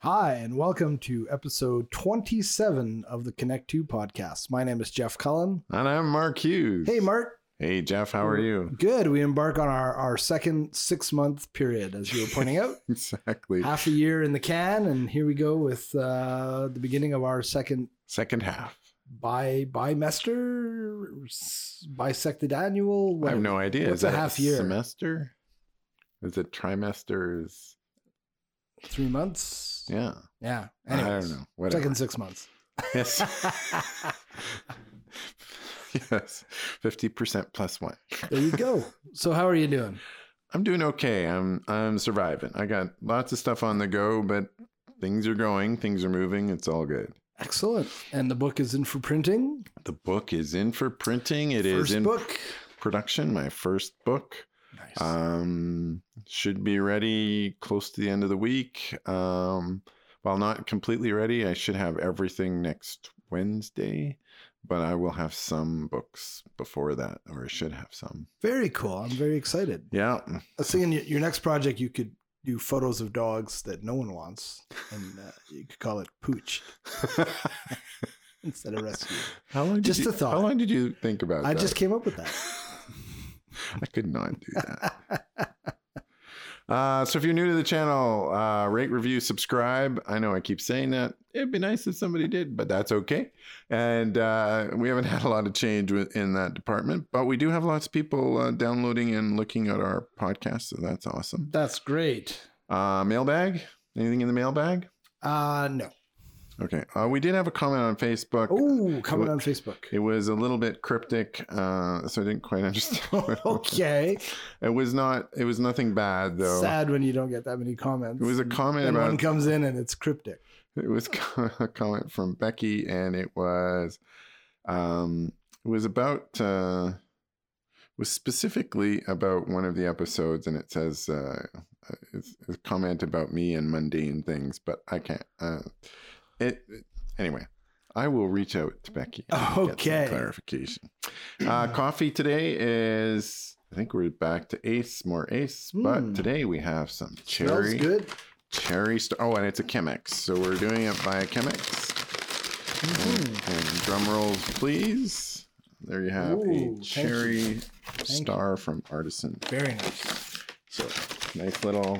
Hi, and welcome to episode 27 of the Connect 2 podcast. My name is Jeff Cullen. And I'm Mark Hughes. Hey, Mark. Hey, Jeff, how are you? Good. We embark on our, our second six month period, as you were pointing out. Exactly. Half a year in the can, and here we go with uh, the beginning of our second Second half. bi bimester, s- bisected annual. I have whatever. no idea. what's a half year? Semester? Is it trimesters? Three months. Yeah. Yeah. Anyways, I don't know. Whatever. Second six months. Yes. yes. 50% plus one. There you go. so, how are you doing? I'm doing okay. I'm I'm surviving. I got lots of stuff on the go, but things are going, things are moving. It's all good. Excellent. And the book is in for printing. The book is in for printing. It is First in book. production, my first book. Nice. Um, should be ready close to the end of the week. Um, while not completely ready, I should have everything next Wednesday, but I will have some books before that, or I should have some. very cool. I'm very excited. Yeah, I was thinking your, your next project, you could do photos of dogs that no one wants, and uh, you could call it Pooch instead of Rescue. how long? Did Just you, a thought. How long did you think about I that? just came up with that. I could not do that. Uh, so if you're new to the channel, uh, rate, review, subscribe. I know I keep saying that. It'd be nice if somebody did, but that's okay. And uh, we haven't had a lot of change with- in that department, but we do have lots of people uh, downloading and looking at our podcast, so that's awesome. That's great. Uh, mailbag. Anything in the mailbag? Uh no. Okay. Uh, we did have a comment on Facebook. Oh, coming on Facebook. It was a little bit cryptic, uh, so I didn't quite understand. what it was. Okay. It was not. It was nothing bad though. Sad when you don't get that many comments. It was a comment and about one comes in and it's cryptic. it was a comment from Becky, and it was um, it was about uh, was specifically about one of the episodes, and it says uh, it's it's a comment about me and mundane things, but I can't. Uh, it, it- anyway. I will reach out to Becky. and get some Okay. clarification. Uh, coffee today is. I think we're back to Ace, more Ace, Mm. but today we have some cherry Smells good. cherry star. Oh, and it's a Chemex. So we're doing it by Chemex. Hmm. Mm-hmm. And, and drum rolls, please. There you have Ooh, a thank cherry you. star from Artisan. Very nice. So nice little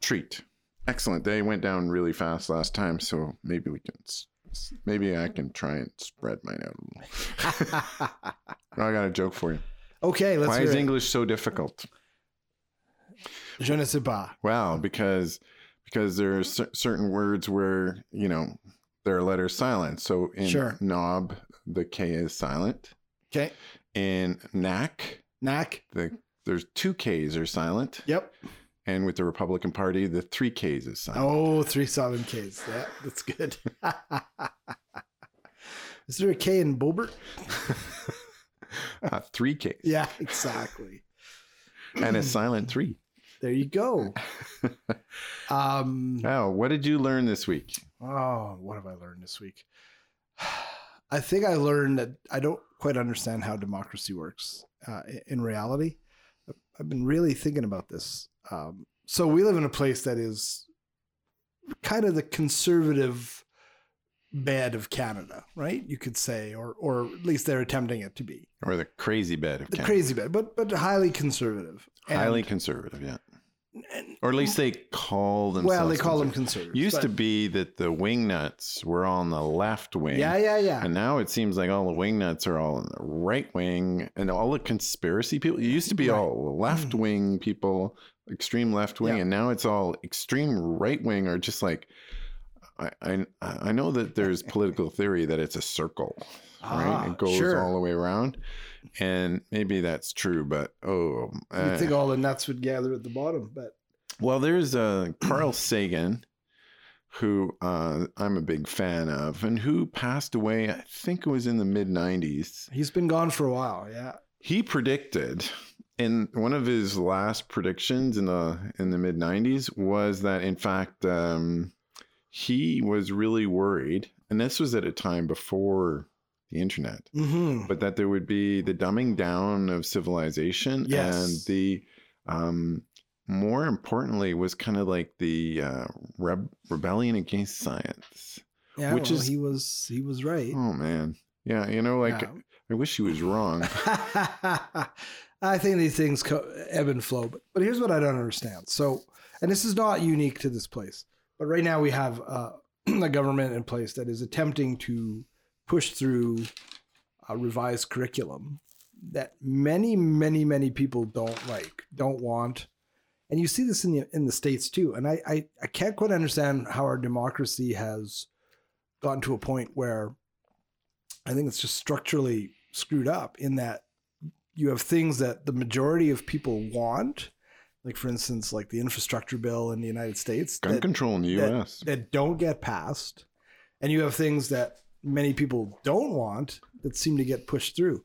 treat. Excellent. They went down really fast last time, so maybe we can. s- s- Maybe I can try and spread mine out a little. Oh, I got a joke for you. okay, let's Why hear is it. English so difficult? Je ne sais pas. Wow, because because there are Mm-hmm. cer- certain words where you know there are letters silent. So in Sure. knob, the K is silent. Okay. In knack, Knack. the there's two Ks are silent, Yep. and with the Republican Party, the three Ks is silent. Oh, three sovereign Ks. Yeah, that's good. Is there a K in Bobert? Uh, three Ks, Yeah, exactly. and a silent three. There you go. Um, Oh, what did you learn this week? oh, what have I learned this week? I think I learned that I don't quite understand how democracy works uh, i- in reality. I've been really thinking about this. Um, so we live in a place that is kind of the conservative bed of Canada, right? You could say, or or at least they're attempting it to be Or the crazy bed of the Canada. crazy bed, but but highly conservative. And- highly conservative, yeah, and- or at least they call themselves. well, they call them conservative. conservative. Used to but- be that the wingnuts were on the left wing. Yeah, yeah, yeah. And now it seems like all the wingnuts are all in the right wing and all the conspiracy people. It used to be Right. Mm. all left wing people, extreme left wing, Yeah. and now it's all extreme right wing are just like I, I I know that there's political theory that it's a circle, Ah, right? It goes sure. all the way around. And maybe that's true, but oh, You'd uh, think all the nuts would gather at the bottom, but well, there's uh, Carl Sagan, who uh, I'm a big fan of, and who passed away, I think it was in the mid 90s. he's been gone for a while. Yeah. He predicted, in one of his last predictions in the in the mid 90s, was that in fact um, he was really worried, and this was at a time before the internet, Mm-hmm. but that there would be the dumbing down of civilization Yes. and the um, more importantly, was kind of like the uh, reb- rebellion against science. Yeah, Which well, is- he was he was right. Oh man, yeah, you know, like Yeah. I wish he was wrong. I think these things co- ebb and flow. But, but here's what I don't understand. So, and this is not unique to this place, but right now we have uh, a government in place that is attempting to push through a revised curriculum that many, many, many people don't like, don't want. And you see this in the in the states too. And I I, I can't quite understand how our democracy has gotten to a point where I think it's just structurally screwed up in that you have things that the majority of people want, like for instance, like the infrastructure bill in the United States Gun that, control in the that- U.S. that don't get passed, and you have things that many people don't want that seem to get pushed through.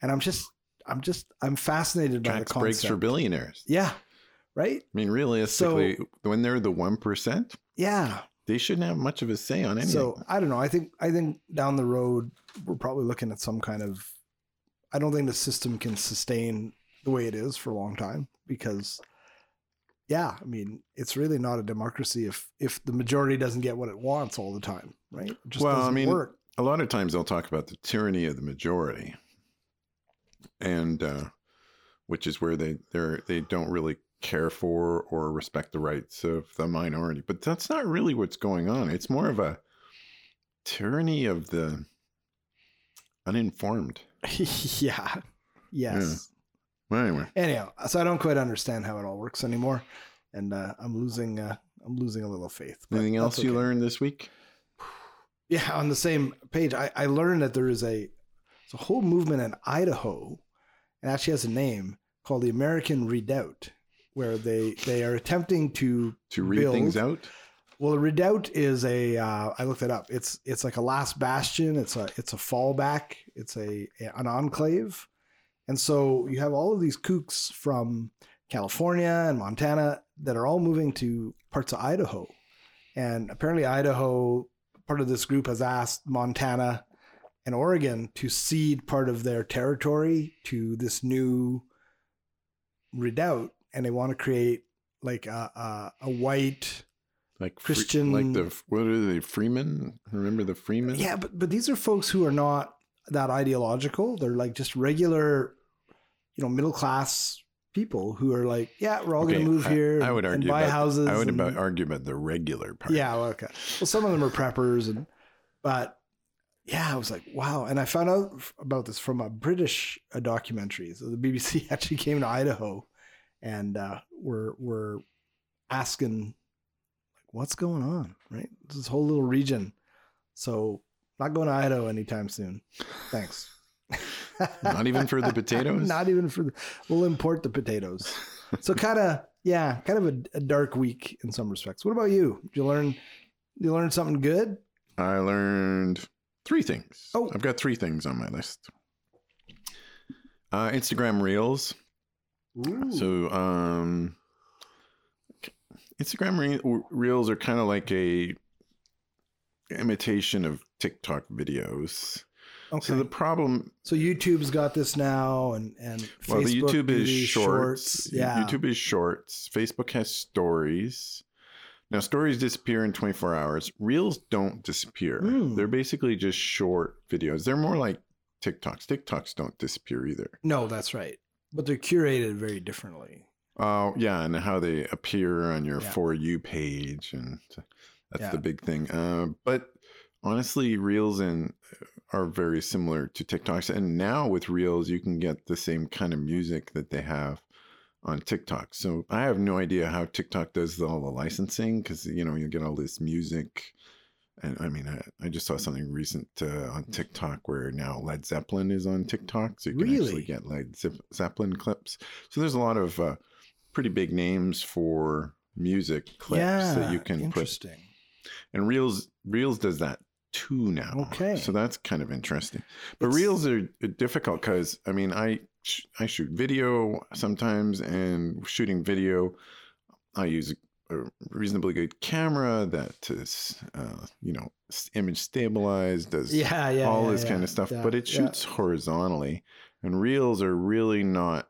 And I'm just, I'm just, I'm fascinated by Tax the breaks concept. for billionaires. yeah, right. I mean, realistically, when they're the one percent, Yeah. they shouldn't have much of a say on anything. So I don't know. I think, I think down the road we're probably looking at some kind of. I don't think the system can sustain the way it is for a long time because. Yeah, I mean, it's really not a democracy if if the majority doesn't get what it wants all the time, right? It just Well, I doesn't mean, work. a lot of times they'll talk about the tyranny of the majority, and uh, which is where they they they don't really care for or respect the rights of the minority. But that's not really what's going on. It's more of a tyranny of the uninformed. yeah. Yes. Well, anyway, Anyhow, so I don't quite understand how it all works anymore, and uh, I'm losing uh, I'm losing a little faith. but anything that's else you okay. learned this week? Yeah, on the same page, I, I learned that there is a, it's a whole movement in Idaho, it actually has a name called the American Redoubt, where they they are attempting to To read things out. Well, a redoubt is a. Uh, I looked it up. It's it's like a last bastion. It's a it's a fallback. It's a an enclave, and so you have all of these kooks from California and Montana that are all moving to parts of Idaho, and apparently Idaho part of this group has asked Montana and Oregon to cede part of their territory to this new redoubt, and they want to create like a a, a white like free- Christian- like the what are they Freeman? Remember the Freeman? Yeah, but but these are folks who are not that ideological. They're like just regular, you know, middle class people who are like, yeah, we're all going Okay, to move I- here. I would and- and argue buy about- houses. I would and- about argue about the regular part. Mm-hmm. yeah, well, okay. Well, some of them are preppers, and but yeah, I was like, wow. And I found out f- about this from a British uh documentary. So the BBC actually came to Idaho, and uh, were were asking like, what's going on, right? This whole little region. So not going to Idaho anytime soon. Thanks. Not even for the potatoes. Not even for the. We'll import the potatoes. So kind of yeah, kind of a, a dark week in some respects. What about you? Did you learn? You learned something good? I learned three things. Oh. I've got three things on my list. Uh, Instagram Reels. Ooh. So, um, Instagram re- Reels are kind of like a imitation of TikTok videos. okay. So the problem So YouTube's got this now, and and well, the Facebook YouTube do is these shorts. Y- Yeah. YouTube is shorts. Facebook has stories. Now, stories disappear in 24 hours. Reels don't disappear. Hmm. They're basically just short videos. They're more like TikToks. TikToks don't disappear either. No, that's right. But they're curated very differently. Oh, yeah. And how they appear on your Yeah. For You page. And that's Yeah. the big thing. Uh, but honestly, Reels and uh, are very similar to TikToks. And now with Reels, you can get the same kind of music that they have on TikTok. So I have no idea how TikTok does all the licensing because, you know, you get all this music. And I mean, I, I just saw something recent uh, Mm. on TikTok where now Led Zeppelin is on TikTok. So you can actually Really? get Led Ze- Zeppelin clips. So there's a lot of uh, pretty big names for music clips that you can put interesting. and reels reels does that too now Okay. so that's kind of interesting but It's- reels are uh, difficult because i mean i sh- i shoot video sometimes and shooting video i use a, a reasonably good camera that is uh, you know s- image stabilized does Yeah, yeah. all yeah, this yeah, kind of stuff yeah, but it yeah. shoots horizontally and reels are really not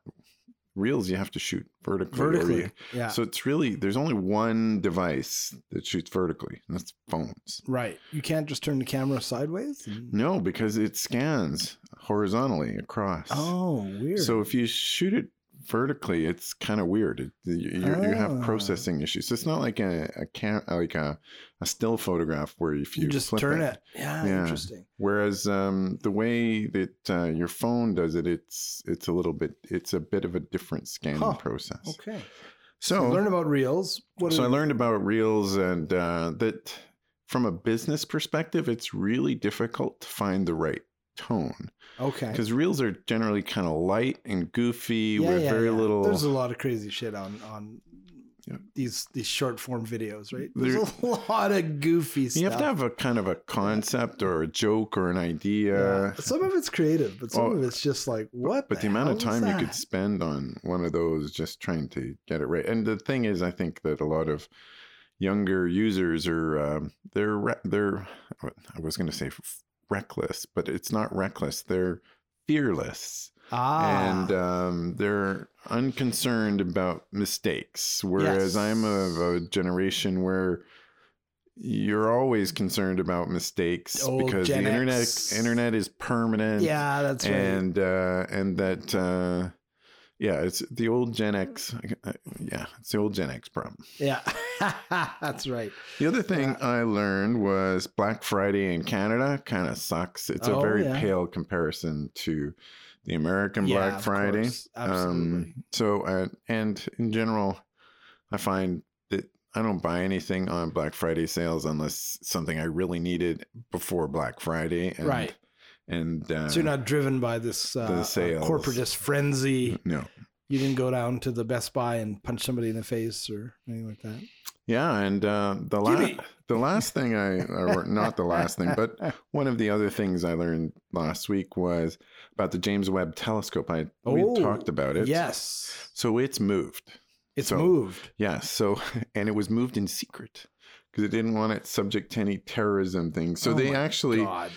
reels you have to shoot vertically. or vertically. you- yeah. So it's really there's only one device that shoots vertically, and that's phones. right. You can't just turn the camera sideways. and- No, because it scans horizontally across. Oh, weird. So if you shoot it vertically, it's kind of weird. It, you, you you have Ah. processing issues. It's not like a, a cam, like a, a still photograph where if you, you, just flip turn it. Yeah, Yeah. Interesting. Whereas um, the way that uh, your phone does it, it's it's a little bit it's a bit of a different scanning Huh. process. Okay. So Learn about reels. What so are- I learned about reels and uh, that from a business perspective, it's really difficult to find the right tone Okay. because reels are generally kind of light and goofy Yeah, with yeah, very yeah. little. There's a lot of crazy shit on on Yeah. these these short form videos, right? There- There's a lot of goofy stuff. you have to have a kind of a concept or a joke or an idea. Yeah. Some of it's creative, but some uh, Oh, of it's just like what. But the amount of hell is time you could that? spend on one of those just trying to get it right. And the thing is, I think that a lot of younger users are um, they're re- they're I was going to say f- reckless, but it's not reckless. They're fearless ah, and um, they're unconcerned about mistakes. Whereas Yes. I'm of a generation where you're always concerned about mistakes Old because Gen the internet X. internet is permanent yeah, that's right. and uh, and that uh, yeah, it's the old Gen X. uh, Yeah, it's the old Gen X problem. yeah, that's right. The other thing Yeah. I learned was Black Friday in Canada kind of sucks. It's a Oh, very yeah. pale comparison to the American Yeah, Black of Friday. Um, course. Absolutely. so uh, and in general, I find that I don't buy anything on Black Friday sales unless something I really needed before Black Friday. And, Right. And uh, so you're not driven by this uh, uh, sales. corporatist frenzy. no. You didn't go down to the Best Buy and punch somebody in the face or anything like that. Yeah, and uh, the last Gimme. the last thing I or not the last thing, but one of the other things I learned last week was about the James Webb Telescope. I we Oh, we talked about it. Yes, So it's moved. it's So- moved. Yeah. So and it was moved in secret because it didn't want it subject to any terrorism things. So Oh they my actually God,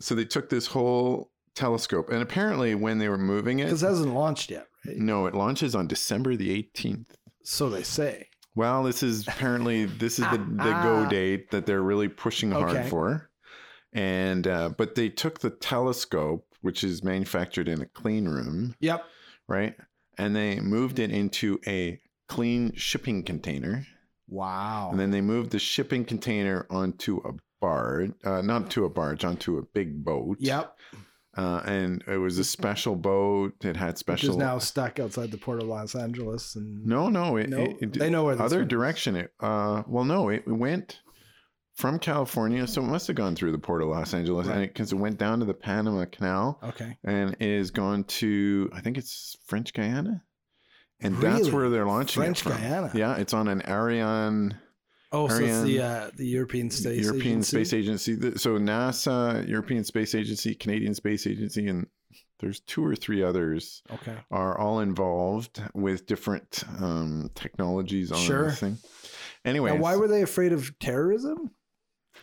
so they took this whole telescope and apparently when they were moving it, because it hasn't launched yet, right? no, it launches on December the eighteenth. So they say. Well, this is apparently this is the, the go date that they're really pushing hard Ah, Okay. for, and uh, but they took the telescope, which is manufactured in a clean room, Yep. right, and they moved it into a clean shipping container, Wow. and then they moved the shipping container onto a barge, uh, not to a barge, onto a big boat. yep. uh, and it was a special boat. It had Which is special. now stuck outside the port of Los Angeles and no, no, it, No, it- it- they know where this other one is. direction it uh well no it went from california so it must have gone through the port of los angeles and Right. it because it went down to the panama canal Okay. and it has gone to i think it's french guyana and that's Really? where they're launching it French from. Guyana? yeah it's on an ariane Oh, so it's Ariane- the uh, the European Space european Agency. space agency Th- so nasa european space agency canadian space agency and there's two or three others Okay. are all involved with different um, technologies on Sure. this thing. Anyway, Now, why were they afraid of terrorism?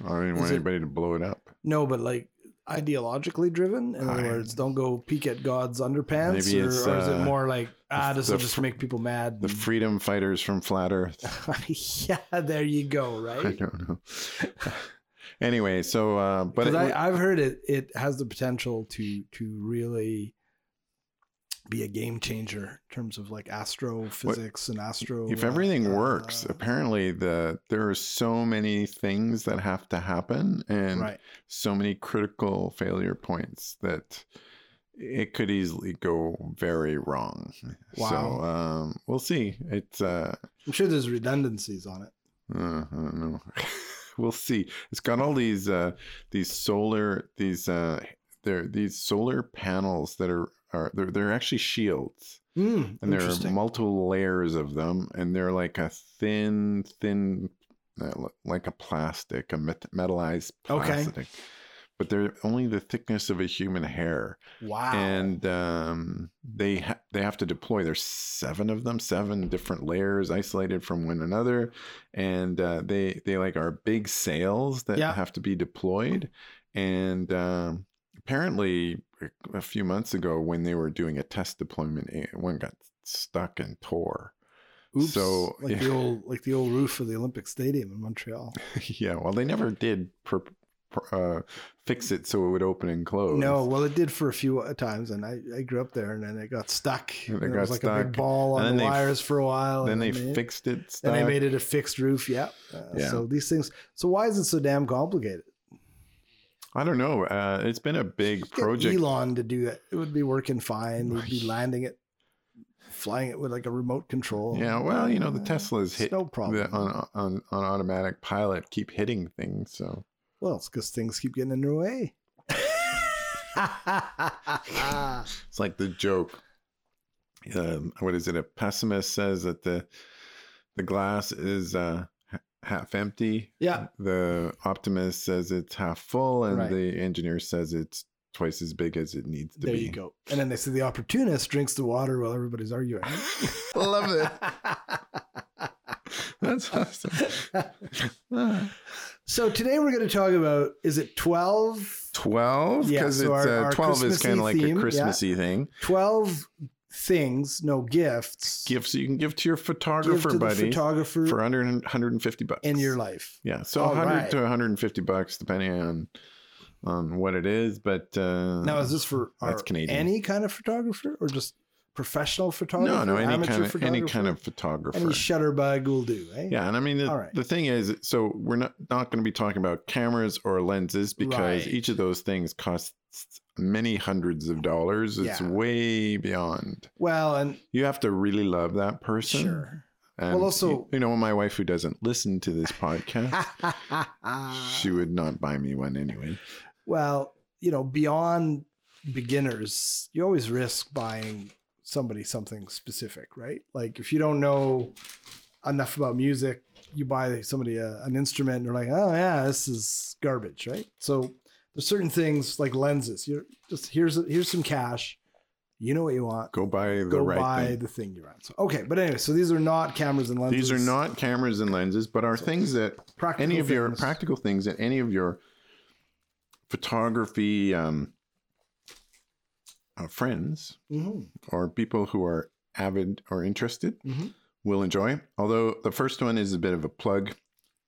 I didn't want Is it- anybody to blow it up. No, but like ideologically driven. In other I- words, don't go peek at God's underpants. Maybe or, it's, or is it uh, more like ah, this the will just fr- make people mad? The freedom fighters from flat Earth. yeah, there you go. I Right. don't know. anyway, so uh, but Because it, I, I've heard it it has the potential to to really be a game changer in terms of like astrophysics and astro. if everything uh, works, apparently the there are so many things that have to happen and right? so many critical failure points that it could easily go very wrong. So Wow. um, we'll see. It's uh, I'm sure there's redundancies on it. Uh, I don't know. we'll see. It's got all these uh these solar these uh they're these solar panels that are are they're they're actually shields. Mm, And there are interesting. multiple layers of them and they're like a thin thin uh, li- like a plastic, a met- metallized Okay. plastic. But they're only the thickness of a human hair, wow. and um, they ha- they have to deploy. There's seven of them, seven different layers isolated from one another, and uh, they they like are big sails that Yeah. have to be deployed. And um, apparently, a few months ago, when they were doing a test deployment, eh, one got stuck and tore. Oops. So- like the old like the old roof of the Olympic Stadium in Montreal. yeah, well, they never did per, per, uh, fix it so it would open and close. No, well, it did for a few times, and I, I grew up there, and then it got stuck. And it And it got was like a big stuck. ball And on then the they f- wires for a while. Then and they made- fixed it. and they stuck. made it a fixed roof. Yeah. Uh, Yeah. So these things. So why is it so damn complicated? I don't know. Uh, it's been a big Get project. Elon to do that. It would be working fine. We'd be Right. landing it, flying it with like a remote control. Yeah, well, you know, the Uh, Teslas it's hit no problem. the, on, on on automatic pilot keep hitting things. So Well, it's because things keep getting in their way. it's like the joke. Um, what is it? A pessimist says that the the glass is uh, h- half empty. yeah. The optimist says it's half full, and Right. the engineer says it's twice as big as it needs to There be. you go. And then they say the opportunist drinks the water while everybody's arguing. Love it. That's awesome. Ah. so today we're going to talk about is it 12 Twelve, Yeah, because so it's our- uh, our twelve is Christmassy kind of like theme, a yeah. Christmassy thing. 12 things, no gifts. Gifts you can give to your give photographer to the buddy photographer for under 150 bucks in your life. Yeah, so All 100 right. to 150 bucks depending on on what it is, but uh Now, is this for our- That's Canadian. any kind of photographer or just professional photographer? no, no, any amateur kind of any kind photographer? of photographer. Any shutterbug will do, eh? yeah, and I mean the, All right. the thing is, so we're not not going to be talking about cameras or lenses because Right. each of those things costs many hundreds of dollars. It's Yeah. way beyond. Well, and You have to really love that person. sure. And Well, you- also- you know, my wife who doesn't listen to this podcast, she would not buy me one anyway. well, you know, beyond beginners, you always risk buying somebody something specific, right? Like if you don't know enough about music, you buy somebody a, an instrument and they're like, oh, yeah, this is garbage, right? So there's certain things like lenses. You're just here's here's some cash. You know what you want. Go buy the Go right buy thing. the thing you want. So, okay, but anyway, so these are not cameras and lenses. These are not cameras and lenses, but are things that practical any of your things. practical things that any of your photography um, uh, friends Mhm. or people who are avid or interested Mhm. will enjoy. Although the first one is a bit of a plug,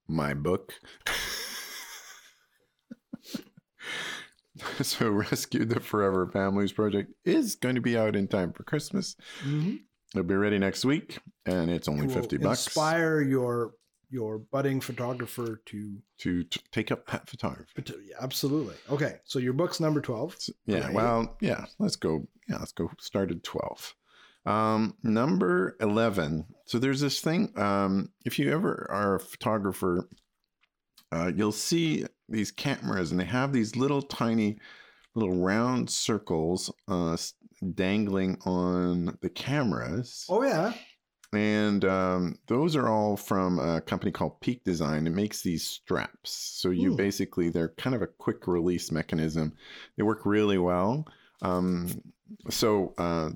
my book. so, Rescue the Forever Families Project is going to be out in time for Christmas. Mhm. It'll be ready next week, and it's only It will fifty bucks. Inspire your your budding photographer to, to t- take up hat photography. but to- yeah, absolutely okay. So your book's number twelve. Yeah, Right. well, yeah, let's go. Yeah, let's go. Start at 12. Um, number 11. So there's this thing. Um, if you ever are a photographer, uh, you'll see these cameras and they have these little tiny, little round circles uh, s- dangling on the cameras. Oh yeah, And um, those are all from a company called Peak Design. It makes these straps. So you Hmm. basically, they're kind of a quick release mechanism. They work really well. Um, so uh,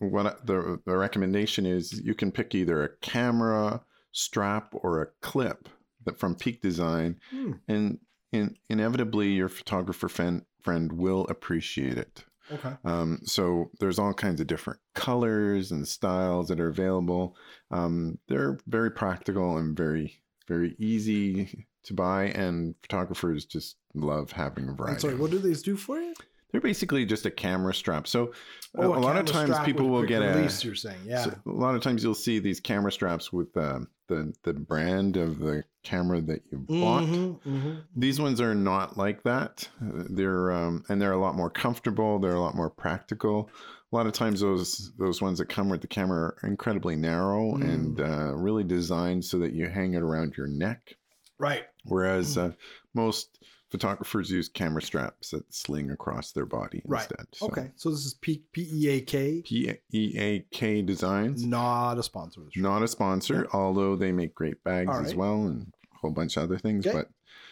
what I- the, the recommendation is you can pick either a camera strap or a clip that from Peak Design, Hmm. and in, inevitably your photographer friend, friend will appreciate it. okay. Um, so there's all kinds of different colors and styles that are available. Um, they're very practical and very very easy to buy, and photographers just love having a I'm variety. sorry. What do these do for you? They're basically just a camera strap. So a- Oh, a, lot camera of times strap people with will quick get a release. You're saying yeah. so a lot of times you'll see these camera straps with um the the brand of the camera that you bought. Mhm, mhm. These ones are not like that. Uh, They're um, and they're a lot more comfortable. They're a lot more practical. A lot of times, those those ones that come with the camera are incredibly narrow Mm. and uh, really designed so that you hang it around your neck. Right. Whereas Mm. uh, most photographers use camera straps that sling across their body Right. instead. So, Okay. So this is P P E A K. P E A K Designs, Not a sponsor. of this show. not a sponsor, although they make great bags All as right. well and a whole bunch of other things. Okay. But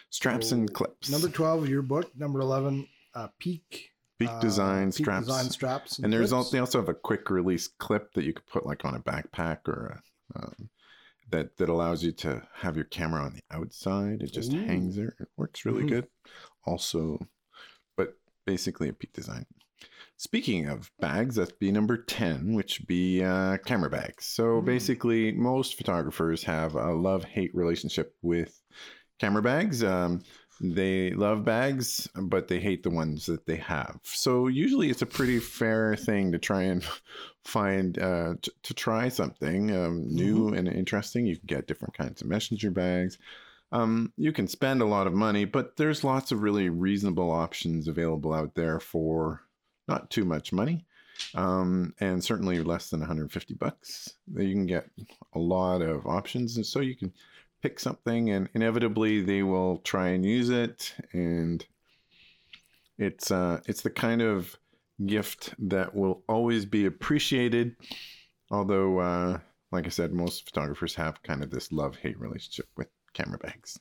straps So, and clips, Number twelve, your book. Number eleven, uh, peak. peak uh, design Peak straps. Design straps. and there's clips. also they also have a quick release clip that you could put like on a backpack or a, um, that that allows you to have your camera on the outside. It just Ooh. Mm-hmm. hangs there. It works really Mhm. good. Also, but basically a peak design. Speaking of bags, that's be number 10, which be uh, camera bags. So Hmm. basically, most photographers have a love hate relationship with camera bags. Um, they love bags, but they hate the ones that they have. So usually, it's a pretty fair thing to try and find, uh, t- to try something um, new and interesting. You can get different kinds of messenger bags. Um, you can spend a lot of money, but there's lots of really reasonable options available out there for not too much money, um, and certainly less than 150 bucks. You can get a lot of options, and so you can pick something, and inevitably they will try and use it, and it's uh, it's the kind of gift that will always be appreciated, although. Uh, like I said, most photographers have kind of this love hate relationship with camera bags.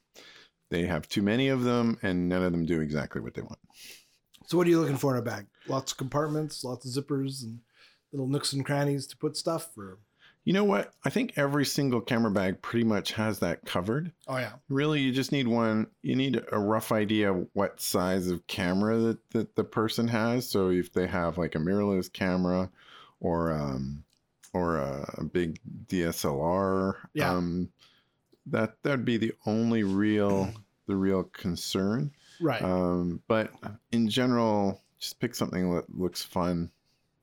They have too many of them, and none of them do exactly what they want. So what are you looking for in a bag? Lots of compartments, lots of zippers, and little nooks and crannies to put stuff. Or You know what? I think every single camera bag pretty much has that covered. oh yeah, Really, you just need one. You need a rough idea what size of camera that, that the person has. So if they have like a mirrorless camera, or um, or a, a big DSLR, Yeah. um, that that'd be the only real the real concern. right. Um, but in general, just pick something that looks fun.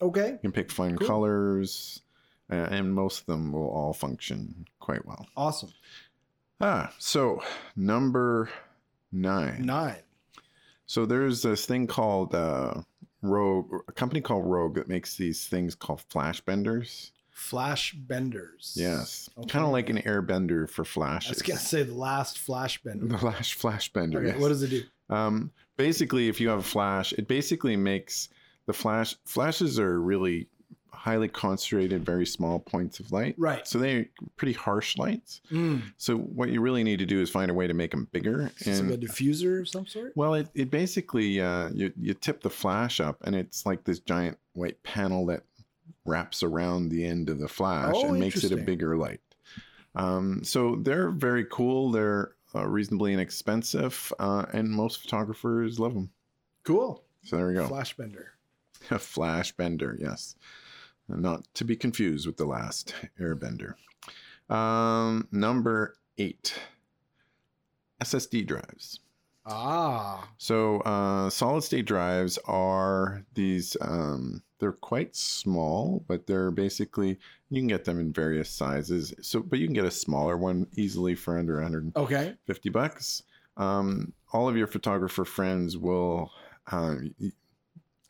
okay, You can pick fun Cool. colors, uh, and most of them will all function quite well. awesome. Ah, so number nine. Nine. So there's this thing called uh, Rogue, a company called Rogue that makes these things called flash benders. Flash benders. Yes, Okay. kind of like an airbender for I flashes. was gonna say the last flash the bender. flash flash bender. Okay, yes. What does it do? Um, basically, if you have flash, it basically makes the flash flashes are really highly concentrated, very small points of light. Right. So they're pretty harsh lights. Mm. So what you really need to do is find a way to make them bigger. It's like a diffuser of some sort. well, it, it basically uh, you you tip the flash up, and it's like this giant white panel that wraps around the end of the flash Oh, and makes it a interesting. bigger light. Um, so they're very cool. They're uh, reasonably inexpensive, uh, and most photographers love them. Cool. So there we go. Flash bender. A flash bender, yes. Not to be confused with the last airbender. Um, number eight SSD drives. Ah. So uh, solid state drives are these. Um, they're quite small, but they're basically you can get them in various sizes. So, but you can get a smaller one easily for under 150 Okay. bucks. Um, all of your photographer friends will uh, y-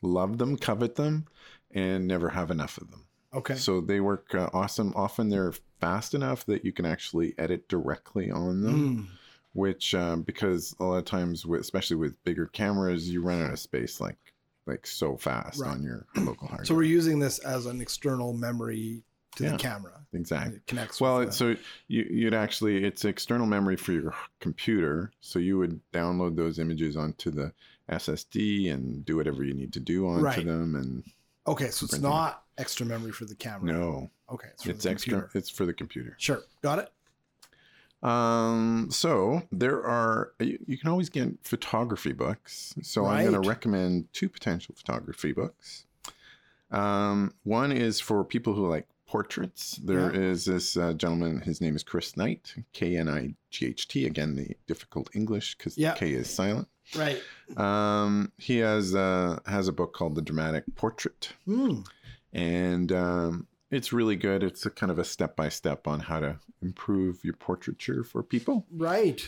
love them, covet them, and never have enough of them. Okay. So they work uh, awesome. Often they're fast enough that you can actually edit directly on them Mm. which um, because a lot of times with, especially with bigger cameras you run out of space like like so fast Right. on your local hard So drive we're using this as an external memory to Yeah. the camera. and exactly It connects. well with it, the- so you, you'd actually it's external memory for your computer so you would download those images onto the ssd and do whatever you need to do onto Right. them and okay, so it's printing. not extra memory for the camera. no Okay. for it's the extra computer. it's for the computer Sure. Got it. Um, so there are you, you can always get photography books. So I'm going Right. to recommend two potential photography books. Um, one is for people who like portraits. There Yeah. is this uh, gentleman. His name is Chris Knight. K N I G H T. Again, the difficult English because Yeah. K is silent. Right. Um, he has uh, has a book called The Dramatic Portrait Mm. and um, it's really good. It's a kind of a step by step on how to improve your portraiture for people. Right.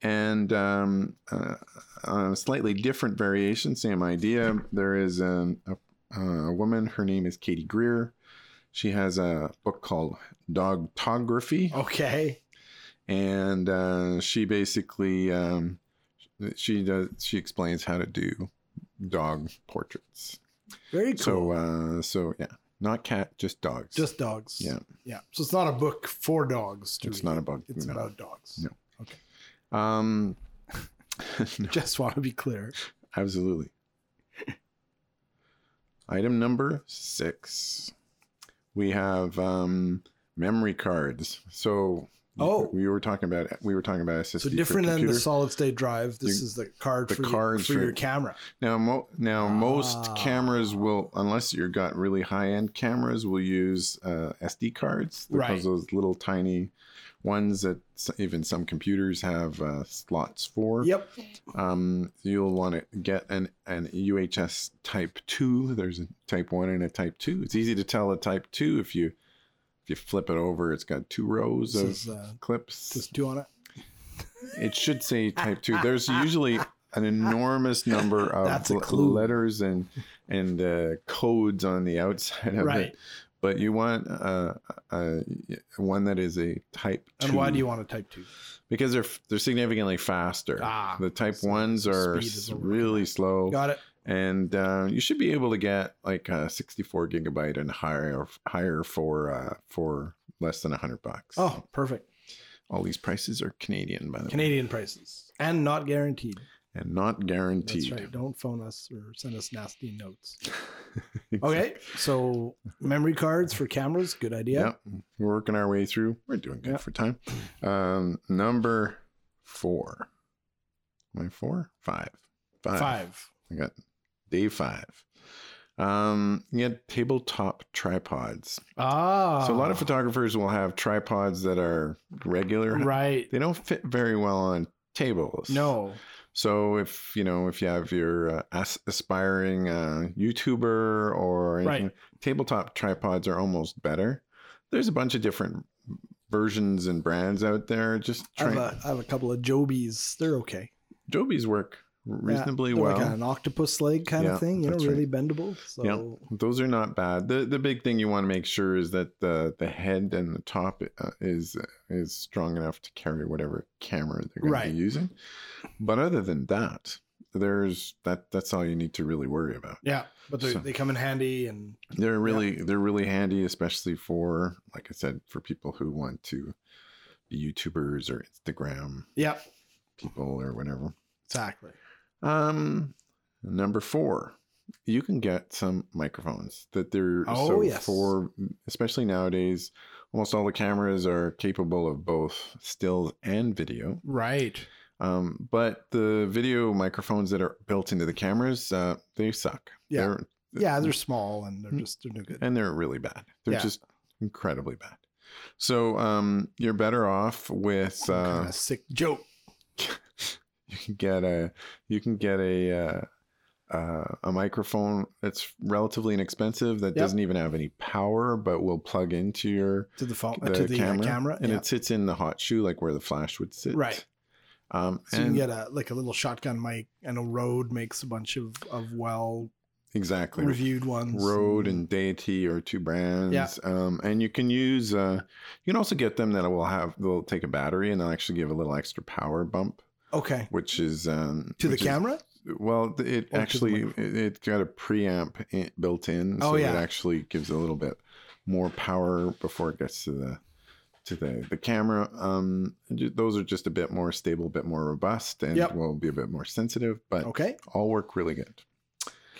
And um, uh, a slightly different variation, same idea. There is an, a, a woman. Her name is Katie Greer. She has a book called Dogtography Oh. Okay. and uh, she basically um, she does she explains how to do dog portraits. Very cool. So uh, so yeah, not cat, just dogs. Just dogs. Yeah. Yeah. So it's not a book for dogs. To It's read. not about It's no. about dogs. No. Um, no, Just want to be clear. absolutely. Item number six, we have um, memory cards. So Oh. we were talking about we were talking about SSD. So for different than the computers. solid state drive. This The- is the card the for, your- cards for for- your camera. Now, mo- now most Ah. cameras will, unless you've got really high-end cameras, will use uh, SD cards because Right. those little tiny ones that s- even some computers have uh, slots for. Yep. Um, you'll want to get an an UHS Type Two. There's a Type One and a Type Two. It's easy to tell a Type Two if you if you flip it over. It's got two rows This is of uh, clips. just two on it. It should say type two. There's usually an enormous number of That's a l- clue. letters and and uh, codes on the outside of Right. it. But you want uh, uh, one that is a type. And two. why do you want a type two? Because they're f- they're significantly faster. Ah, the type so ones are speed is s- what we're looking really at. slow, Got it. and uh, you should be able to get like a 64 gigabyte and higher higher for uh, for less than 100 bucks. Oh, perfect. all these prices are Canadian, by the way, Canadian prices and not guaranteed. and not guaranteed. That's right. Don't phone us or send us nasty notes. Okay. So memory cards for cameras, good idea. Yep. We're working our way through. We're doing good Yep. for time. Um, number four. My four? Five. Five. Five. I got day five. Um, you had tabletop tripods. Ah. So a lot of photographers will have tripods that are regular. Right. They don't fit very well on tables. No. So if you know if you have your uh, as- aspiring uh, YouTuber or anything, tabletop tripods are almost better. There's a bunch of different versions and brands out there. Just I have, try a, I have a couple of Jobies. They're okay. Joby's work reasonably They're well. like an octopus leg kind Yeah, of thing, you know, that's right. really bendable. So Those are not bad. the The big thing you want to make sure is that the the head and the top uh, is is strong enough to carry whatever camera they're going Right. to be using. But other than that, there's that. That's all you need to really worry about. yeah, but they So- they come in handy and they're really they're really handy especially for like i said for people who want to be youtubers or instagram yeah, people or whatever exactly. um number four you can get some microphones that they're Oh, so yes. for especially nowadays almost all the cameras are capable of both stills and video Right. um, but the video microphones that are built into the cameras uh, they suck Yeah. They're- Yeah, they're small and they're Mm. just they're no good. and they're really bad. They're Yeah. just incredibly bad. So um, you're better off with Some kind uh, of sick joke. you can get a you can get a uh, uh, a microphone that's relatively inexpensive that Yep. doesn't even have any power, but will plug into your to the phone uh, the, Oh, to the camera, camera, camera. and yeah. it sits in the hot shoe like where the flash would sit. Right. Um, so you and can get a like a little shotgun mic, and a Rode makes a bunch of of well exactly. reviewed ones. Road and Deity are two brands. Yeah. Um, and you can use, uh, you can also get them that will have, they'll take a battery and they'll actually give a little extra power bump, okay which is. Um, to the which is- camera. Well, th- it the actually, it, microphone. it got a preamp in, built in. So Oh, it yeah. actually gives a little bit more power before it gets to the. To the, the camera, um, ju- those are just a bit more stable, a bit more robust, and Yep. will be a bit more sensitive, but Okay, all work really good.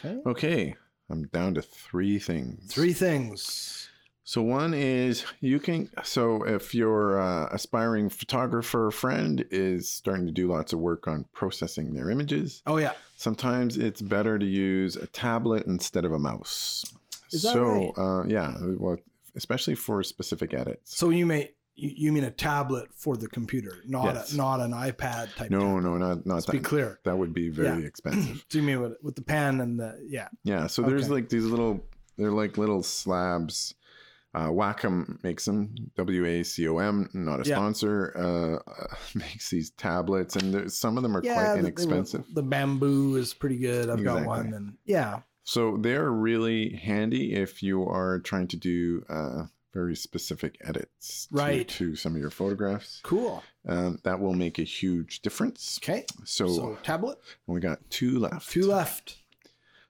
okay. Okay, I'm down to three things. Three things. So one is you can. So if your uh, aspiring photographer friend is starting to do lots of work on processing their images, Oh yeah, sometimes it's better to use a tablet instead of a mouse. Is that so right? uh, yeah, well, especially for specific edits. so you may you, you mean a tablet for the computer, not Yes. a, not an iPad type. no, tablet. no, not not Let's be that. clear. That would be very expensive. Do you mean with, with the pen and the yeah? Yeah, so there's Okay. like these little, they're like little slabs. Uh, Wacom makes them. W A C O M, not a Yeah. sponsor, uh, makes these tablets, and there's, some of them are yeah, quite the- inexpensive. The, bamboo is pretty good. I've got one, Exactly. and yeah, So they're really handy if you are trying to do uh, very specific edits to- Right. to, some of your photographs. cool. Um, that will make a huge difference. Okay, So, so tablet, we got two left. two left.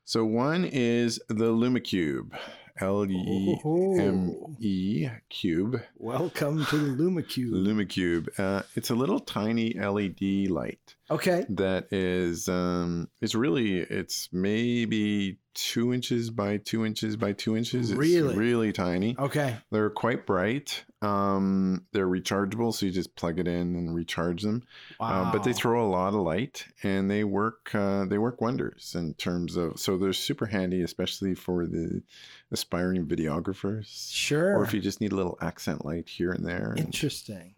So one is the Lumicube, L E M Oh. E cube. Welcome to the LumaCube. Lumicube. Uh, it's a little tiny LED light Okay. that is um, it's really it's maybe two inches by two inches by two inches. It's Really? really tiny. Okay. They're quite bright. Um, they're rechargeable, so you just plug it in and recharge them. Wow. Uh, but they throw a lot of light, and they work. Uh, they work wonders in terms of. So they're super handy, especially for the aspiring videographers, sure. or if you just need a little accent light here and there. and- Interesting.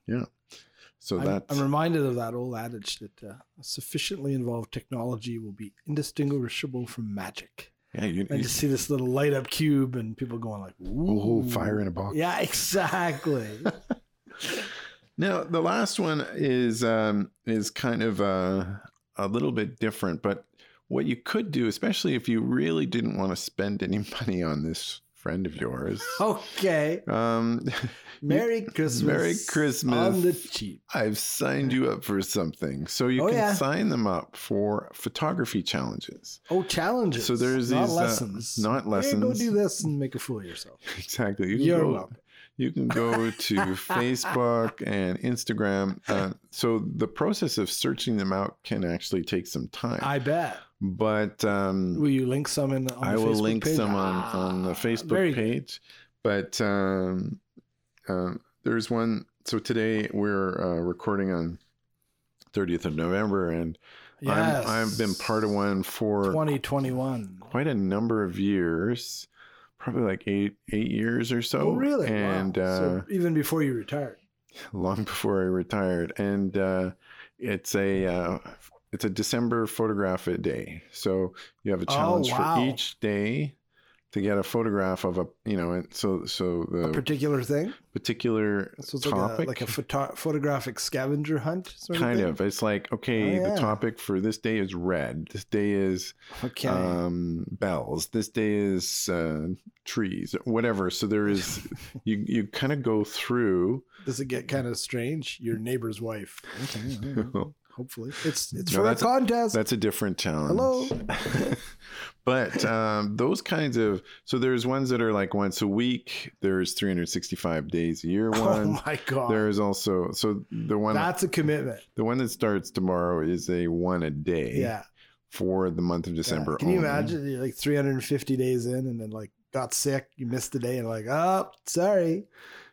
so I'm, that's I'm reminded of that old adage that uh, sufficiently involved technology will be indistinguishable from magic. yeah. You, I you- just see this little light up cube and people going like, oh, "Ooh, fire in a box. Yeah, exactly. Now the last one is um, is kind of uh, a little bit different, but what you could do, especially if you really didn't want to spend any money on this friend of yours, okay. um, Merry Christmas. Merry Christmas. On the cheap. I've signed you up for something, so you Oh, can yeah. sign them up for photography challenges. Oh, challenges. So there's not these, uh, lessons. Not Hey, lessons. go do this and make a fool of yourself. Exactly. You can You're go- welcome. You can go to Facebook and Instagram. Uh, so the process of searching them out can actually take some time. I bet. but um, Will you link some in? On the I will Facebook link page? some on, on the Ah, Facebook very good. page. But um, um, there's one. So today we're uh, recording on 30th of November, and Yes. I'm, I've been part of one for 2021. quite a number of years, probably like eight eight years or so. oh, really? Wow. And uh, So even before you retired. long before I retired, and uh, it's a uh, it's a December photograph a day. So you have a Oh, challenge wow. for each day to get a photograph of a you know, and so so the A particular thing. particular So it's like a, topic. like a photo- photographic scavenger hunt, sort Kind of. of. Uh, It's like, okay, Oh, yeah. the topic for this day is red. This day is Thing? Okay. um, bells. This day is uh, trees, whatever. So there is, you, you kind of go through. Does it get kind of strange? Your neighbor's wife. Okay, all right. Hopefully, it's it's No, for a that's- contest. That's a different challenge. Hello. but um, those kinds of so there's ones that are like once a week. There's 365 days a year one. Oh my god, there's also so the one that's a commitment. the one that starts tomorrow is a one a day Yeah. for the month of December. Yeah. Can you only. imagine? You're like 350 days in, and then like got sick. You missed a day, and like, oh, sorry.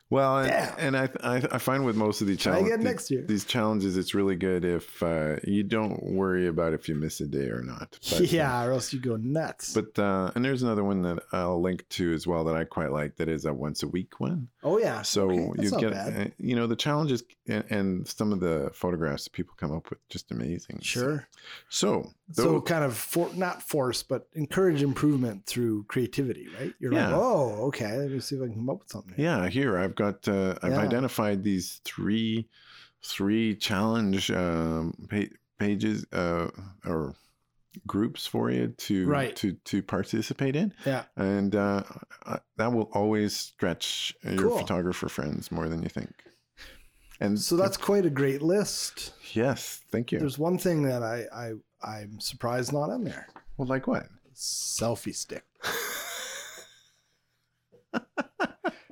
Well, and, Damn. and I, I I find with most of the Try challenges again next year. these challenges, it's really good if uh, you don't worry about if you miss a day or not. But, uh, yeah, or else you go nuts. But uh, and there's another one that I'll link to as well that I quite like. That is a once a week one. oh yeah. So Okay, that's you not get bad. uh, you know the challenges and, and some of the photographs people come up with just amazing. Sure. So, So, those- kind of for, not force, but encourage improvement through creativity, right? You're Yeah. like, oh, okay. Let me see if I can come up with something. here." yeah, here I've got uh, I've Yeah. identified these three three challenge um, pa- pages uh, or groups for you to Right. to to participate in. Yeah. and uh, I- that will always stretch your Cool. photographer friends more than you think. And So that's quite a great list. yes, thank you. There's one thing that I, I I'm surprised not on there. Well, like what? Selfie stick.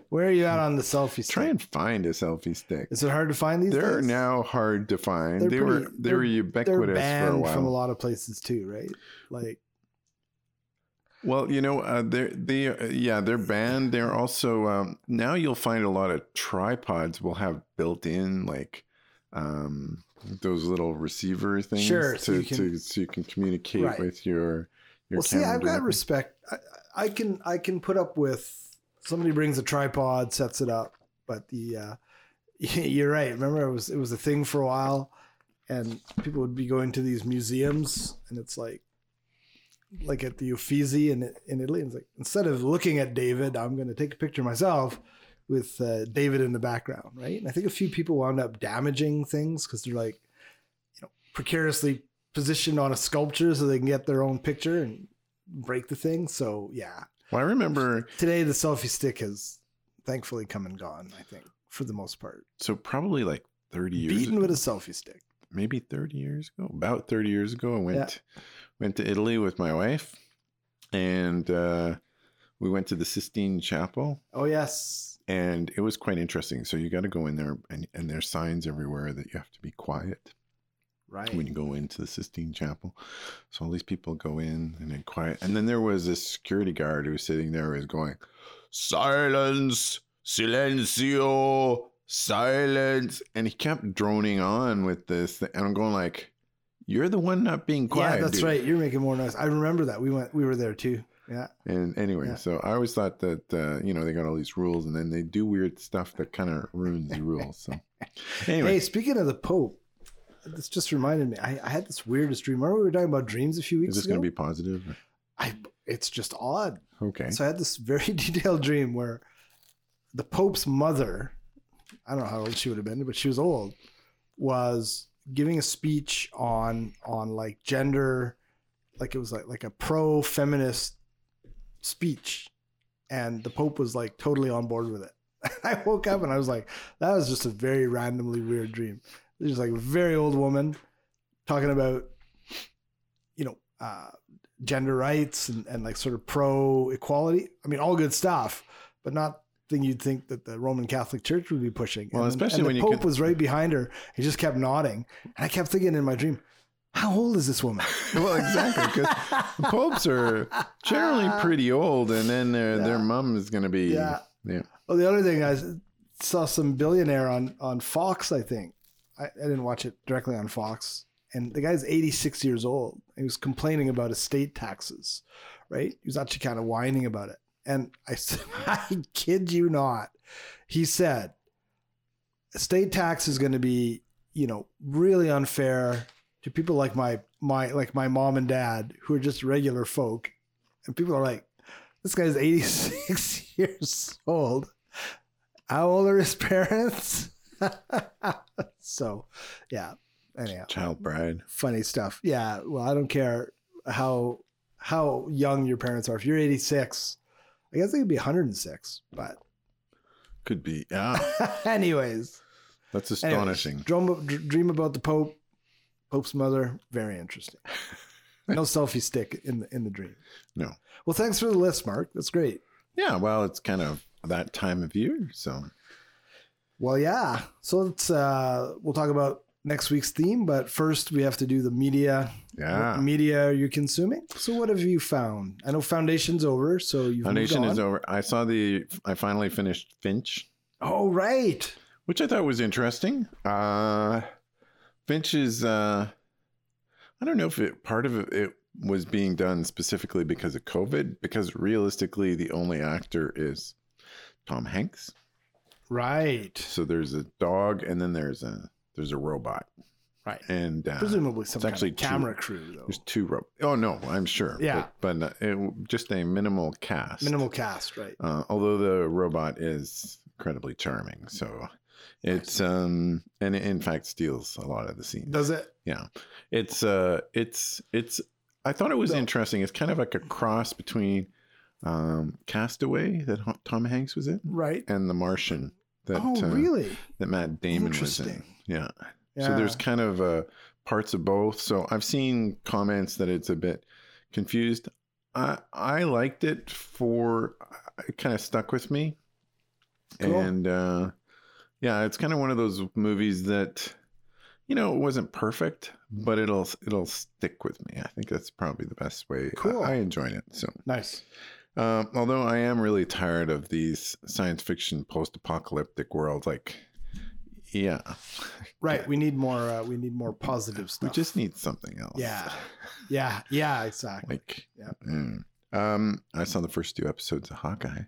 Where are you at on the selfie stick? Try and find a selfie stick. Is it hard to find these? They're days? now hard to find. They're they were pretty- they they're- were they're ubiquitous for a banned while. from a lot of places too, right? Like Well, you know, uh, they're they uh, yeah they're banned. They're also um, now you'll find a lot of tripods will have built-in like um, those little receiver things Sure, to, so you can- to so you can communicate Right. with your your. well, see, camera I've got directly. respect. I, I can I can put up with somebody brings a tripod, sets it up, but the uh, you're right. Remember, it was it was a thing for a while, and people would be going to these museums, and it's like like at the Uffizi in in Italy, and it's like instead of looking at David, I'm going to take a picture myself with uh, David in the background, right? And I think a few people wound up damaging things because they're like, you know, precariously positioned on a sculpture so they can get their own picture and break the thing. So yeah, Well, I remember. today the selfie stick has thankfully come and gone. I think for the most part, So probably like thirty years, beaten with a selfie stick. maybe thirty years ago, about thirty years ago, I went Yeah. went to Italy with my wife, and uh, we went to the Sistine Chapel. Oh yes, and it was quite interesting. So you got to go in there, and, and there's signs everywhere that you have to be quiet. Right. when you go into the Sistine Chapel. So all these people go in and then quiet. And then there was this security guard who was sitting there who was going, Silence, silencio, silence. And he kept droning on with this. Thing. And I'm going like, you're the one not being quiet. yeah, that's dude." right. You're making more noise. I remember that. We went. We were there too. Yeah. And anyway, Yeah. so I always thought that, uh, you know, they got all these rules and then they do weird stuff that kind of ruins the rules. So anyway, Hey, speaking of the Pope, this just reminded me. I, I had this weirdest dream. Remember we were talking about dreams a few weeks is this ago? going to be positive? I, it's just odd. Okay. So I had this very detailed dream where the Pope's mother, I don't know how old she would have been, but she was old, was giving a speech on on like gender, like it was like like a pro feminist speech, and the Pope was like totally on board with it. I woke up and I was like, that was just a very randomly weird dream. There's like a very old woman talking about, you know, uh, gender rights and, and like sort of pro equality. I mean, all good stuff, but not thing you'd think that the Roman Catholic Church would be pushing. Well, and, then- especially and when the you Pope can- was right behind her. He just kept nodding, and I kept thinking in my dream, how old is this woman? well, exactly. Because the popes are generally pretty old, and then their their Yeah. mom is going to be Yeah. Well, the other thing I saw some billionaire on on Fox. I think I, I didn't watch it directly on Fox, and the guy's 86 years old. He was complaining about estate taxes, right? He was actually kind of whining about it. And I, s- I kid you not, he said, estate tax is going to be, you know, really unfair to people like my my like my mom and dad who are just regular folk, and people are like, this guy's 86 years old. How old are his parents? so, yeah. Anyhow, child bride. funny stuff. Yeah. Well, I don't care how how young your parents are. If you're 86, I guess they could be 106. But, Could be. Ah, anyways, that's anyways, astonishing. dream, dream about the Pope, Pope's mother. Very interesting. No selfie stick in the in the dream. No. Well, thanks for the list, Mark. That's great. Yeah. Well, it's kind of that time of year, so Well, yeah. So let's uh, we'll talk about next week's theme, but first we have to do the media. What yeah. media are you consuming? So what have you found? I know Foundation's over, so you've Foundation moved is on. over. I saw the. I finally finished Finch, Oh right. which I thought was interesting. Uh, Finch is. Uh, I don't know if it part of it, it was being done specifically because of COVID, because realistically, the only actor is Tom Hanks. Right. So there's a dog, and then there's a there's a robot, Right. and uh, Presumably some it's kind actually of camera crew though. there's two rob. Oh no, I'm sure. Yeah. but, but uh, it, just a minimal cast. Minimal cast, right? Uh, although the robot is incredibly charming, so it's um and it, in fact steals a lot of the scenes. Does it? Yeah, it's uh it's it's. I thought it was No. interesting. It's kind of like a cross between um Castaway that Ho- Tom Hanks was in Right. and The Martian that oh uh, really? that Matt Damon was in. Interesting. Yeah. Yeah. So there's kind of uh, parts of both. So I've seen comments that it's a bit confused. I I liked it for uh, it kind of stuck with me, Cool. and uh, yeah, it's kind of one of those movies that you know it wasn't perfect, but it'll it'll stick with me. I think that's probably the best way. I- Cool. I, enjoyed it. So nice. um, although I am really tired of these science fiction post apocalyptic worlds, like yeah, Right. We need more uh, we need more positive we stuff. just need something else. Yeah. Yeah, yeah, exactly. Like, Yeah. mm. Um, I saw the first two episodes of Hawkeye.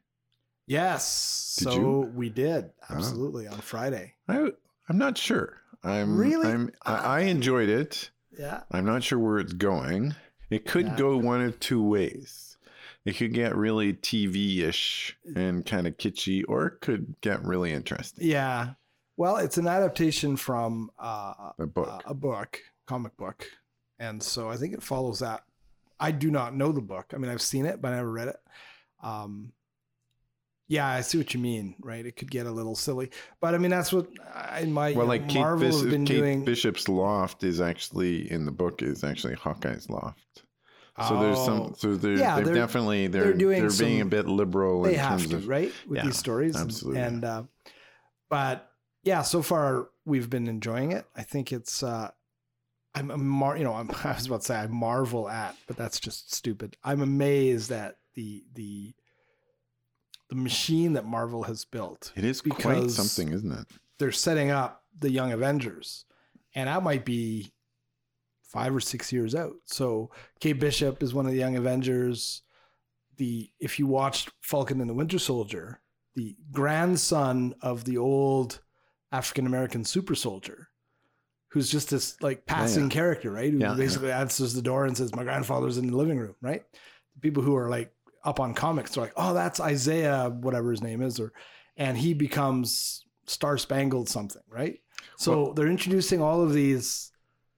Yes. Did so you? we did. Absolutely on Friday. I I'm not sure. I'm Really? I'm I, I enjoyed it. Yeah. I'm not sure where it's going. It could Yeah. go one of two ways. It could get really TV-ish and kind of kitschy, or it could get really interesting. Yeah. Well, it's an adaptation from uh, A book. a book, comic book. And so I think it follows that. I do not know the book. I mean, I've seen it, but I never read it. Um, yeah, I see what you mean, right? It could get a little silly, but I mean, that's what I, in my well, you know, like Kate, Marvel Bis- has been Kate doing. Bishop's loft is actually in the book is actually Hawkeye's loft. So there's some. Oh, So they're, Yeah, they're, they're- definitely they're they're doing they're being a some- bit liberal. They in have terms to, of, right? With Yeah, these stories, and- absolutely. And uh, but yeah, so far we've been enjoying it. I think it's. Uh, I'm a mar- you know I'm, I was about to say I marvel at, but that's just stupid. I'm amazed at the the the machine that Marvel has built. It is quite Because- something, isn't it? They're setting up the Young Avengers, and I might be five or six years out. So Kate Bishop is one of the Young Avengers. The if you watched Falcon and the Winter Soldier, the grandson of the old African American super soldier, who's just this like passing yeah. character, right? Who Yeah, yeah. basically answers the door and says, "My grandfather's in the living room," right? People who are like up on comics are like, "Oh, that's Isaiah, whatever his name is," or and he becomes Star Spangled something, right? So they're introducing all of these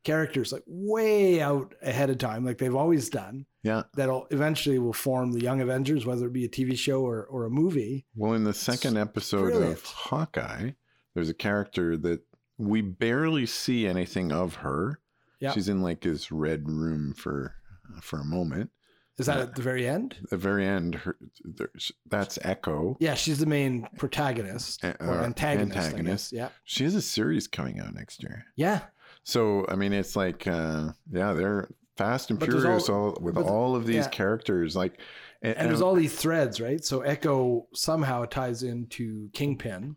characters like way out ahead of time, like they've always done. Yeah. That'll eventually will form the Young Avengers, whether it be a TV show or, or a movie. Well, in the second episode brilliant. of Hawkeye, there's a character that we barely see anything of her. Yeah. She's in like this red room for for a moment. Is that Yeah. at the very end? At the very end, her, there's, that's Echo. Yeah, she's the main protagonist A- or or antagonist. I antagonist. guess. Yeah. She has a series coming out next year. Yeah. So I mean, it's like, uh, yeah, they're fast and But there's furious all with but- all of these yeah. characters. Like, And there's all these threads, right? So Echo somehow ties into Kingpin.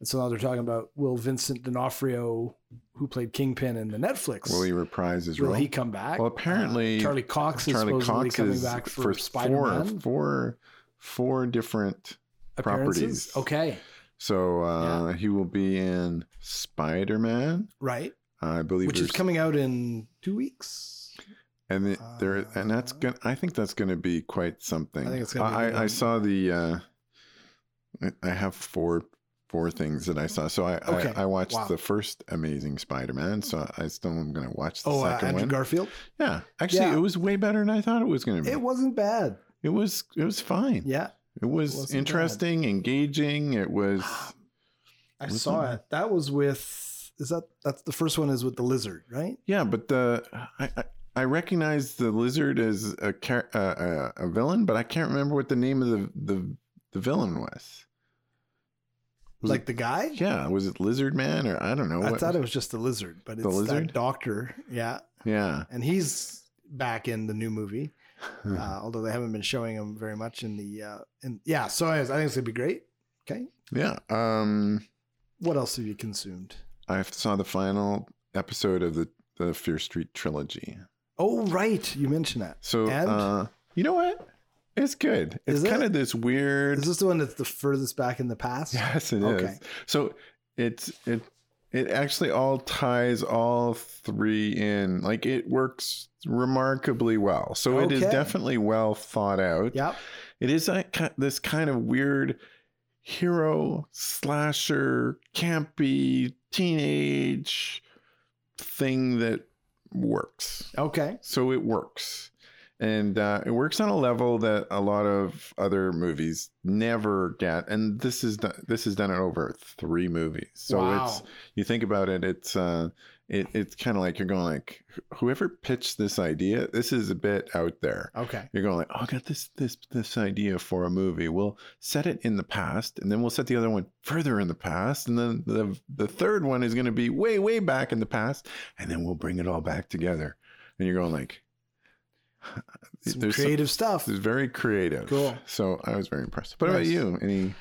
And so now they're talking about will Vincent D'Onofrio, who played Kingpin in the Netflix, will he reprise his will role? he come back? well, apparently, Uh, Charlie Cox is Charlie supposedly Cox coming is back for, for Spider-Man four, four, four different. appearances. properties. Okay, So uh, he will be in Spider Man, right, I believe, which is there's- coming out in two weeks. and the, there, and that's gonna. I think that's gonna be quite something. I think it's gonna be I, I good. saw the. Uh, I- I have four four things that I saw. So I Okay. I, I watched Wow. the first Amazing Spider Man. So I still am gonna watch the Oh, uh, second Andrew one. Garfield. yeah, actually, Yeah. it was way better than I thought it was gonna be. It wasn't bad. It was it was fine. Yeah, It was wasn't bad. interesting, engaging. It was I Wasn't saw bad. it. That was with. Is that that's the first one? Is with the lizard, right? yeah, but the I I, I recognize the lizard as a char- uh, a, a villain, but I can't remember what the name of the the, the villain was. Was like it- the guy. yeah, was it Lizard Man or I don't know? I what- thought it was just the lizard, but it's The lizard? that doctor. Yeah, yeah. and he's back in the new movie. Uh, although they haven't been showing him very much in the uh, in yeah. So I, I think it's gonna be great. Okay, yeah. Um, what else have you consumed? I saw the final episode of the the Fear Street trilogy. Oh, right. You mentioned that. So And? uh, you know what? It's good. It's Is it? kind of this weird. Is this the one that's the furthest back in the past? Yes, it is. Okay. So it's it it actually all ties all three in. Like it works remarkably well. So it is Okay. definitely well thought out. Yep. It is like ki- this kind of weird hero slasher campy teenage thing that works. Okay. So it works. And uh, it works on a level that a lot of other movies never get. And this is done, this is done in over three movies. So wow. it's you think about it, it's uh, it, it's kind of like you're going like "Wh- whoever pitched this idea, this is a bit out there. okay. You're going like, oh, I got this this this idea for a movie. We'll set it in the past, and then we'll set the other one further in the past, and then the the third one is going to be way way back in the past, and then we'll bring it all back together. And you're going like, Some there's some- creative stuff. this is very creative. Cool. So I was very impressed. What about Nice. you? Any?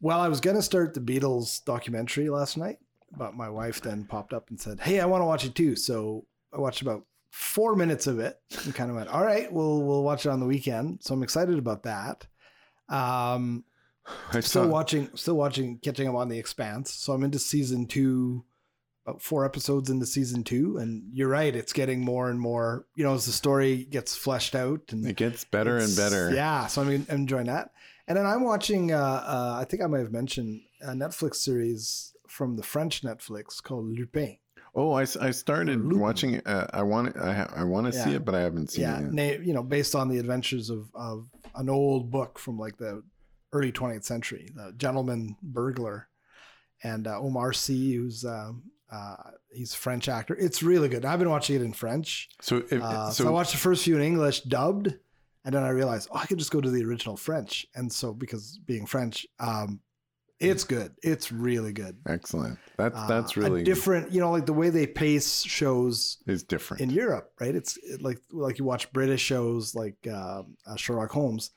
Well, I was going to start the Beatles documentary last night, but my wife then popped up and said, Hey, I want to watch it too. So I watched about four minutes of it and kind of went, All right, we'll, we'll watch it on the weekend. So I'm excited about that. Um, I still saw- watching still watching catching up on the expanse so i'm into season two about four episodes into season two and you're right it's getting more and more you know as the story gets fleshed out and It gets better and it's- better. yeah so i'm en- enjoying that and then i'm watching uh, uh i think i might have mentioned a netflix series from the french netflix called lupin Oh, I, s- I started Lupin. watching. it. Uh, I want I ha- I want to see Yeah. it, but I haven't seen yeah, it. yet. na- you know based on the adventures of of an old book from like the early 20th century the gentleman burglar and uh, omar sy who's um, uh, he's a french actor it's really good i've been watching it in french So if, uh, so, so i watched the first few in english dubbed and then i realized oh i could just go to the original french and so because being french um, It's good. It's really good. Excellent. That's Uh, that's a really different. You know, like the way they pace shows is different. in Europe, right? It's it- like like you watch British shows like uh, uh, Sherlock Holmes.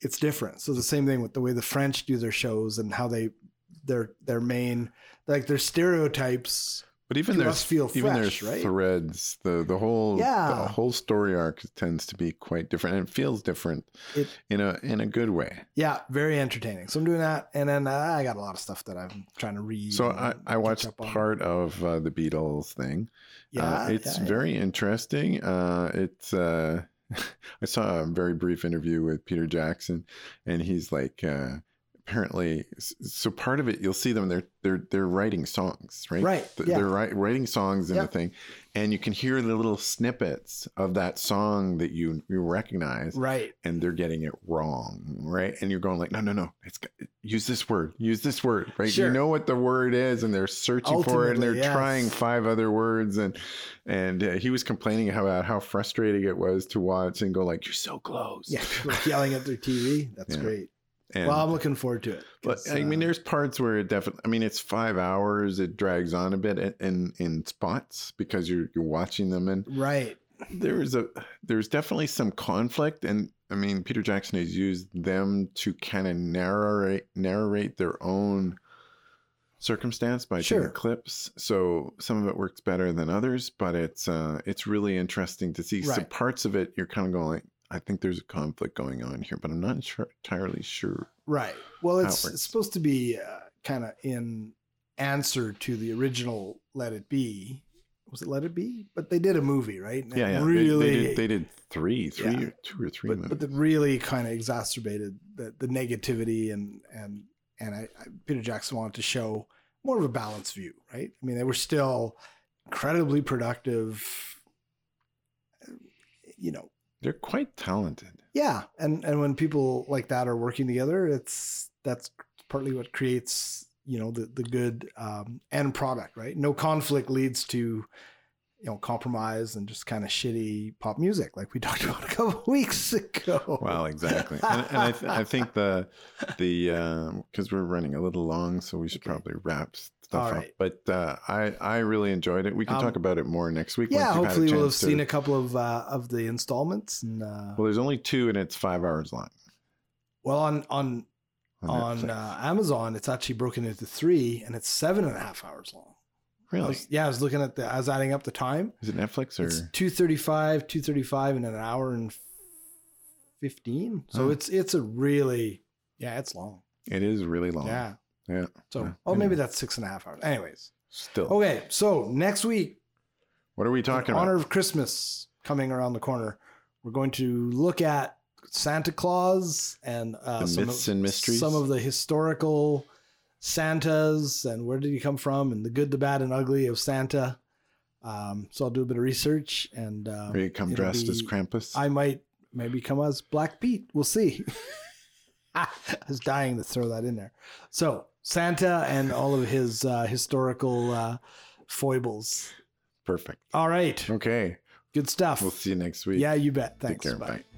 It's different. So the same thing with the way the French do their shows and how they their their main like their stereotypes. but even to there's us feel even fresh, there's right? threads. The the whole Yeah. the whole story arc tends to be quite different, and it feels different It- in a in a good way. Yeah, very entertaining. So I'm doing that, and then uh, I got a lot of stuff that I'm trying to read. So and I, I catch watched up on. part of uh, the Beatles thing. Yeah, uh, it's yeah, very interesting. Uh, it's uh, I saw a very brief interview with Peter Jackson, and he's like, uh, apparently, so part of it you'll see them they're they're they're writing songs, right? Right, Th- yeah. They're wri- writing songs in Yeah. the thing, and you can hear the little snippets of that song that you you recognize, right. and they're getting it wrong, right? And you're going like, no, no, no, it's got- use this word, use this word, right? Sure. You know what the word is, and they're searching for it, and they're Ultimately, yes. trying five other words, and and uh, he was complaining about how frustrating it was to watch and go like, you're so close, Yeah, like yelling at their TV. That's Yeah. great. And, well, I'm looking forward to it. but 'cause, I mean, uh, there's parts where it definitely. I mean, it's five hours. It drags on a bit in in, in spots because you're you're watching them, and right. there's a there's definitely some conflict and i mean peter jackson has used them to kind of narrate narrate their own circumstance by Sure. taking clips so some of it works better than others but it's uh it's really interesting to see some Right. parts of it you're kind of going like i think there's a conflict going on here but i'm not sure, entirely sure Right. Well, it's, Outwards. it's supposed to be uh, kind of in answer to the original Let It Be. Was it Let It Be? But they did a movie, right? And it yeah yeah They- Really. they, did, they did three three Yeah. or two or three but, movies. but that really kind of exacerbated the, the negativity and and and I, I, Peter Jackson wanted to show more of a balanced view, right? I mean, they were still incredibly productive. You know, they're quite talented yeah and and when people like that are working together it's that's partly what creates you know the the good um end product right no conflict leads to you know compromise and just kind of shitty pop music like we talked about a couple of weeks ago Well, exactly, and, and I, th- I think the the because we're running a little long, so we should Okay. probably wrap stuff All up. right. But uh, I I really enjoyed it. We can Um, talk about it more next week. yeah once you've had a hopefully we'll have chance seen to- a couple of uh of the installments and uh Well, there's only two, and it's five hours long. well on on on Netflix. uh, amazon it's actually broken into three and it's seven and a half hours long I really was- yeah i was looking at the i was adding up the time is it Netflix or It's 235, 235 in an hour and 15. So Oh. it's it's a really yeah, it's long. it is really long? Yeah. Yeah. So Yeah. oh maybe Anyway. that's six and a half hours. Anyways. Still, Okay, so next week, what are we in talking honor about? of Christmas coming around the corner, we're going to look at Santa Claus and uh, The some myths of, and mysteries. some of the historical Santas and where did he come from and the good, the bad, and ugly of Santa. Um, so I'll do a bit of research and um, Are you come it'll dressed as be- Krampus? I might maybe come as Black Pete. We'll see. I was dying to throw that in there. So Santa and all of his uh, historical uh, foibles. Perfect. All right, Okay, good stuff. we'll see you next week. Yeah, you bet. Take Thanks. care. Bye. Bye.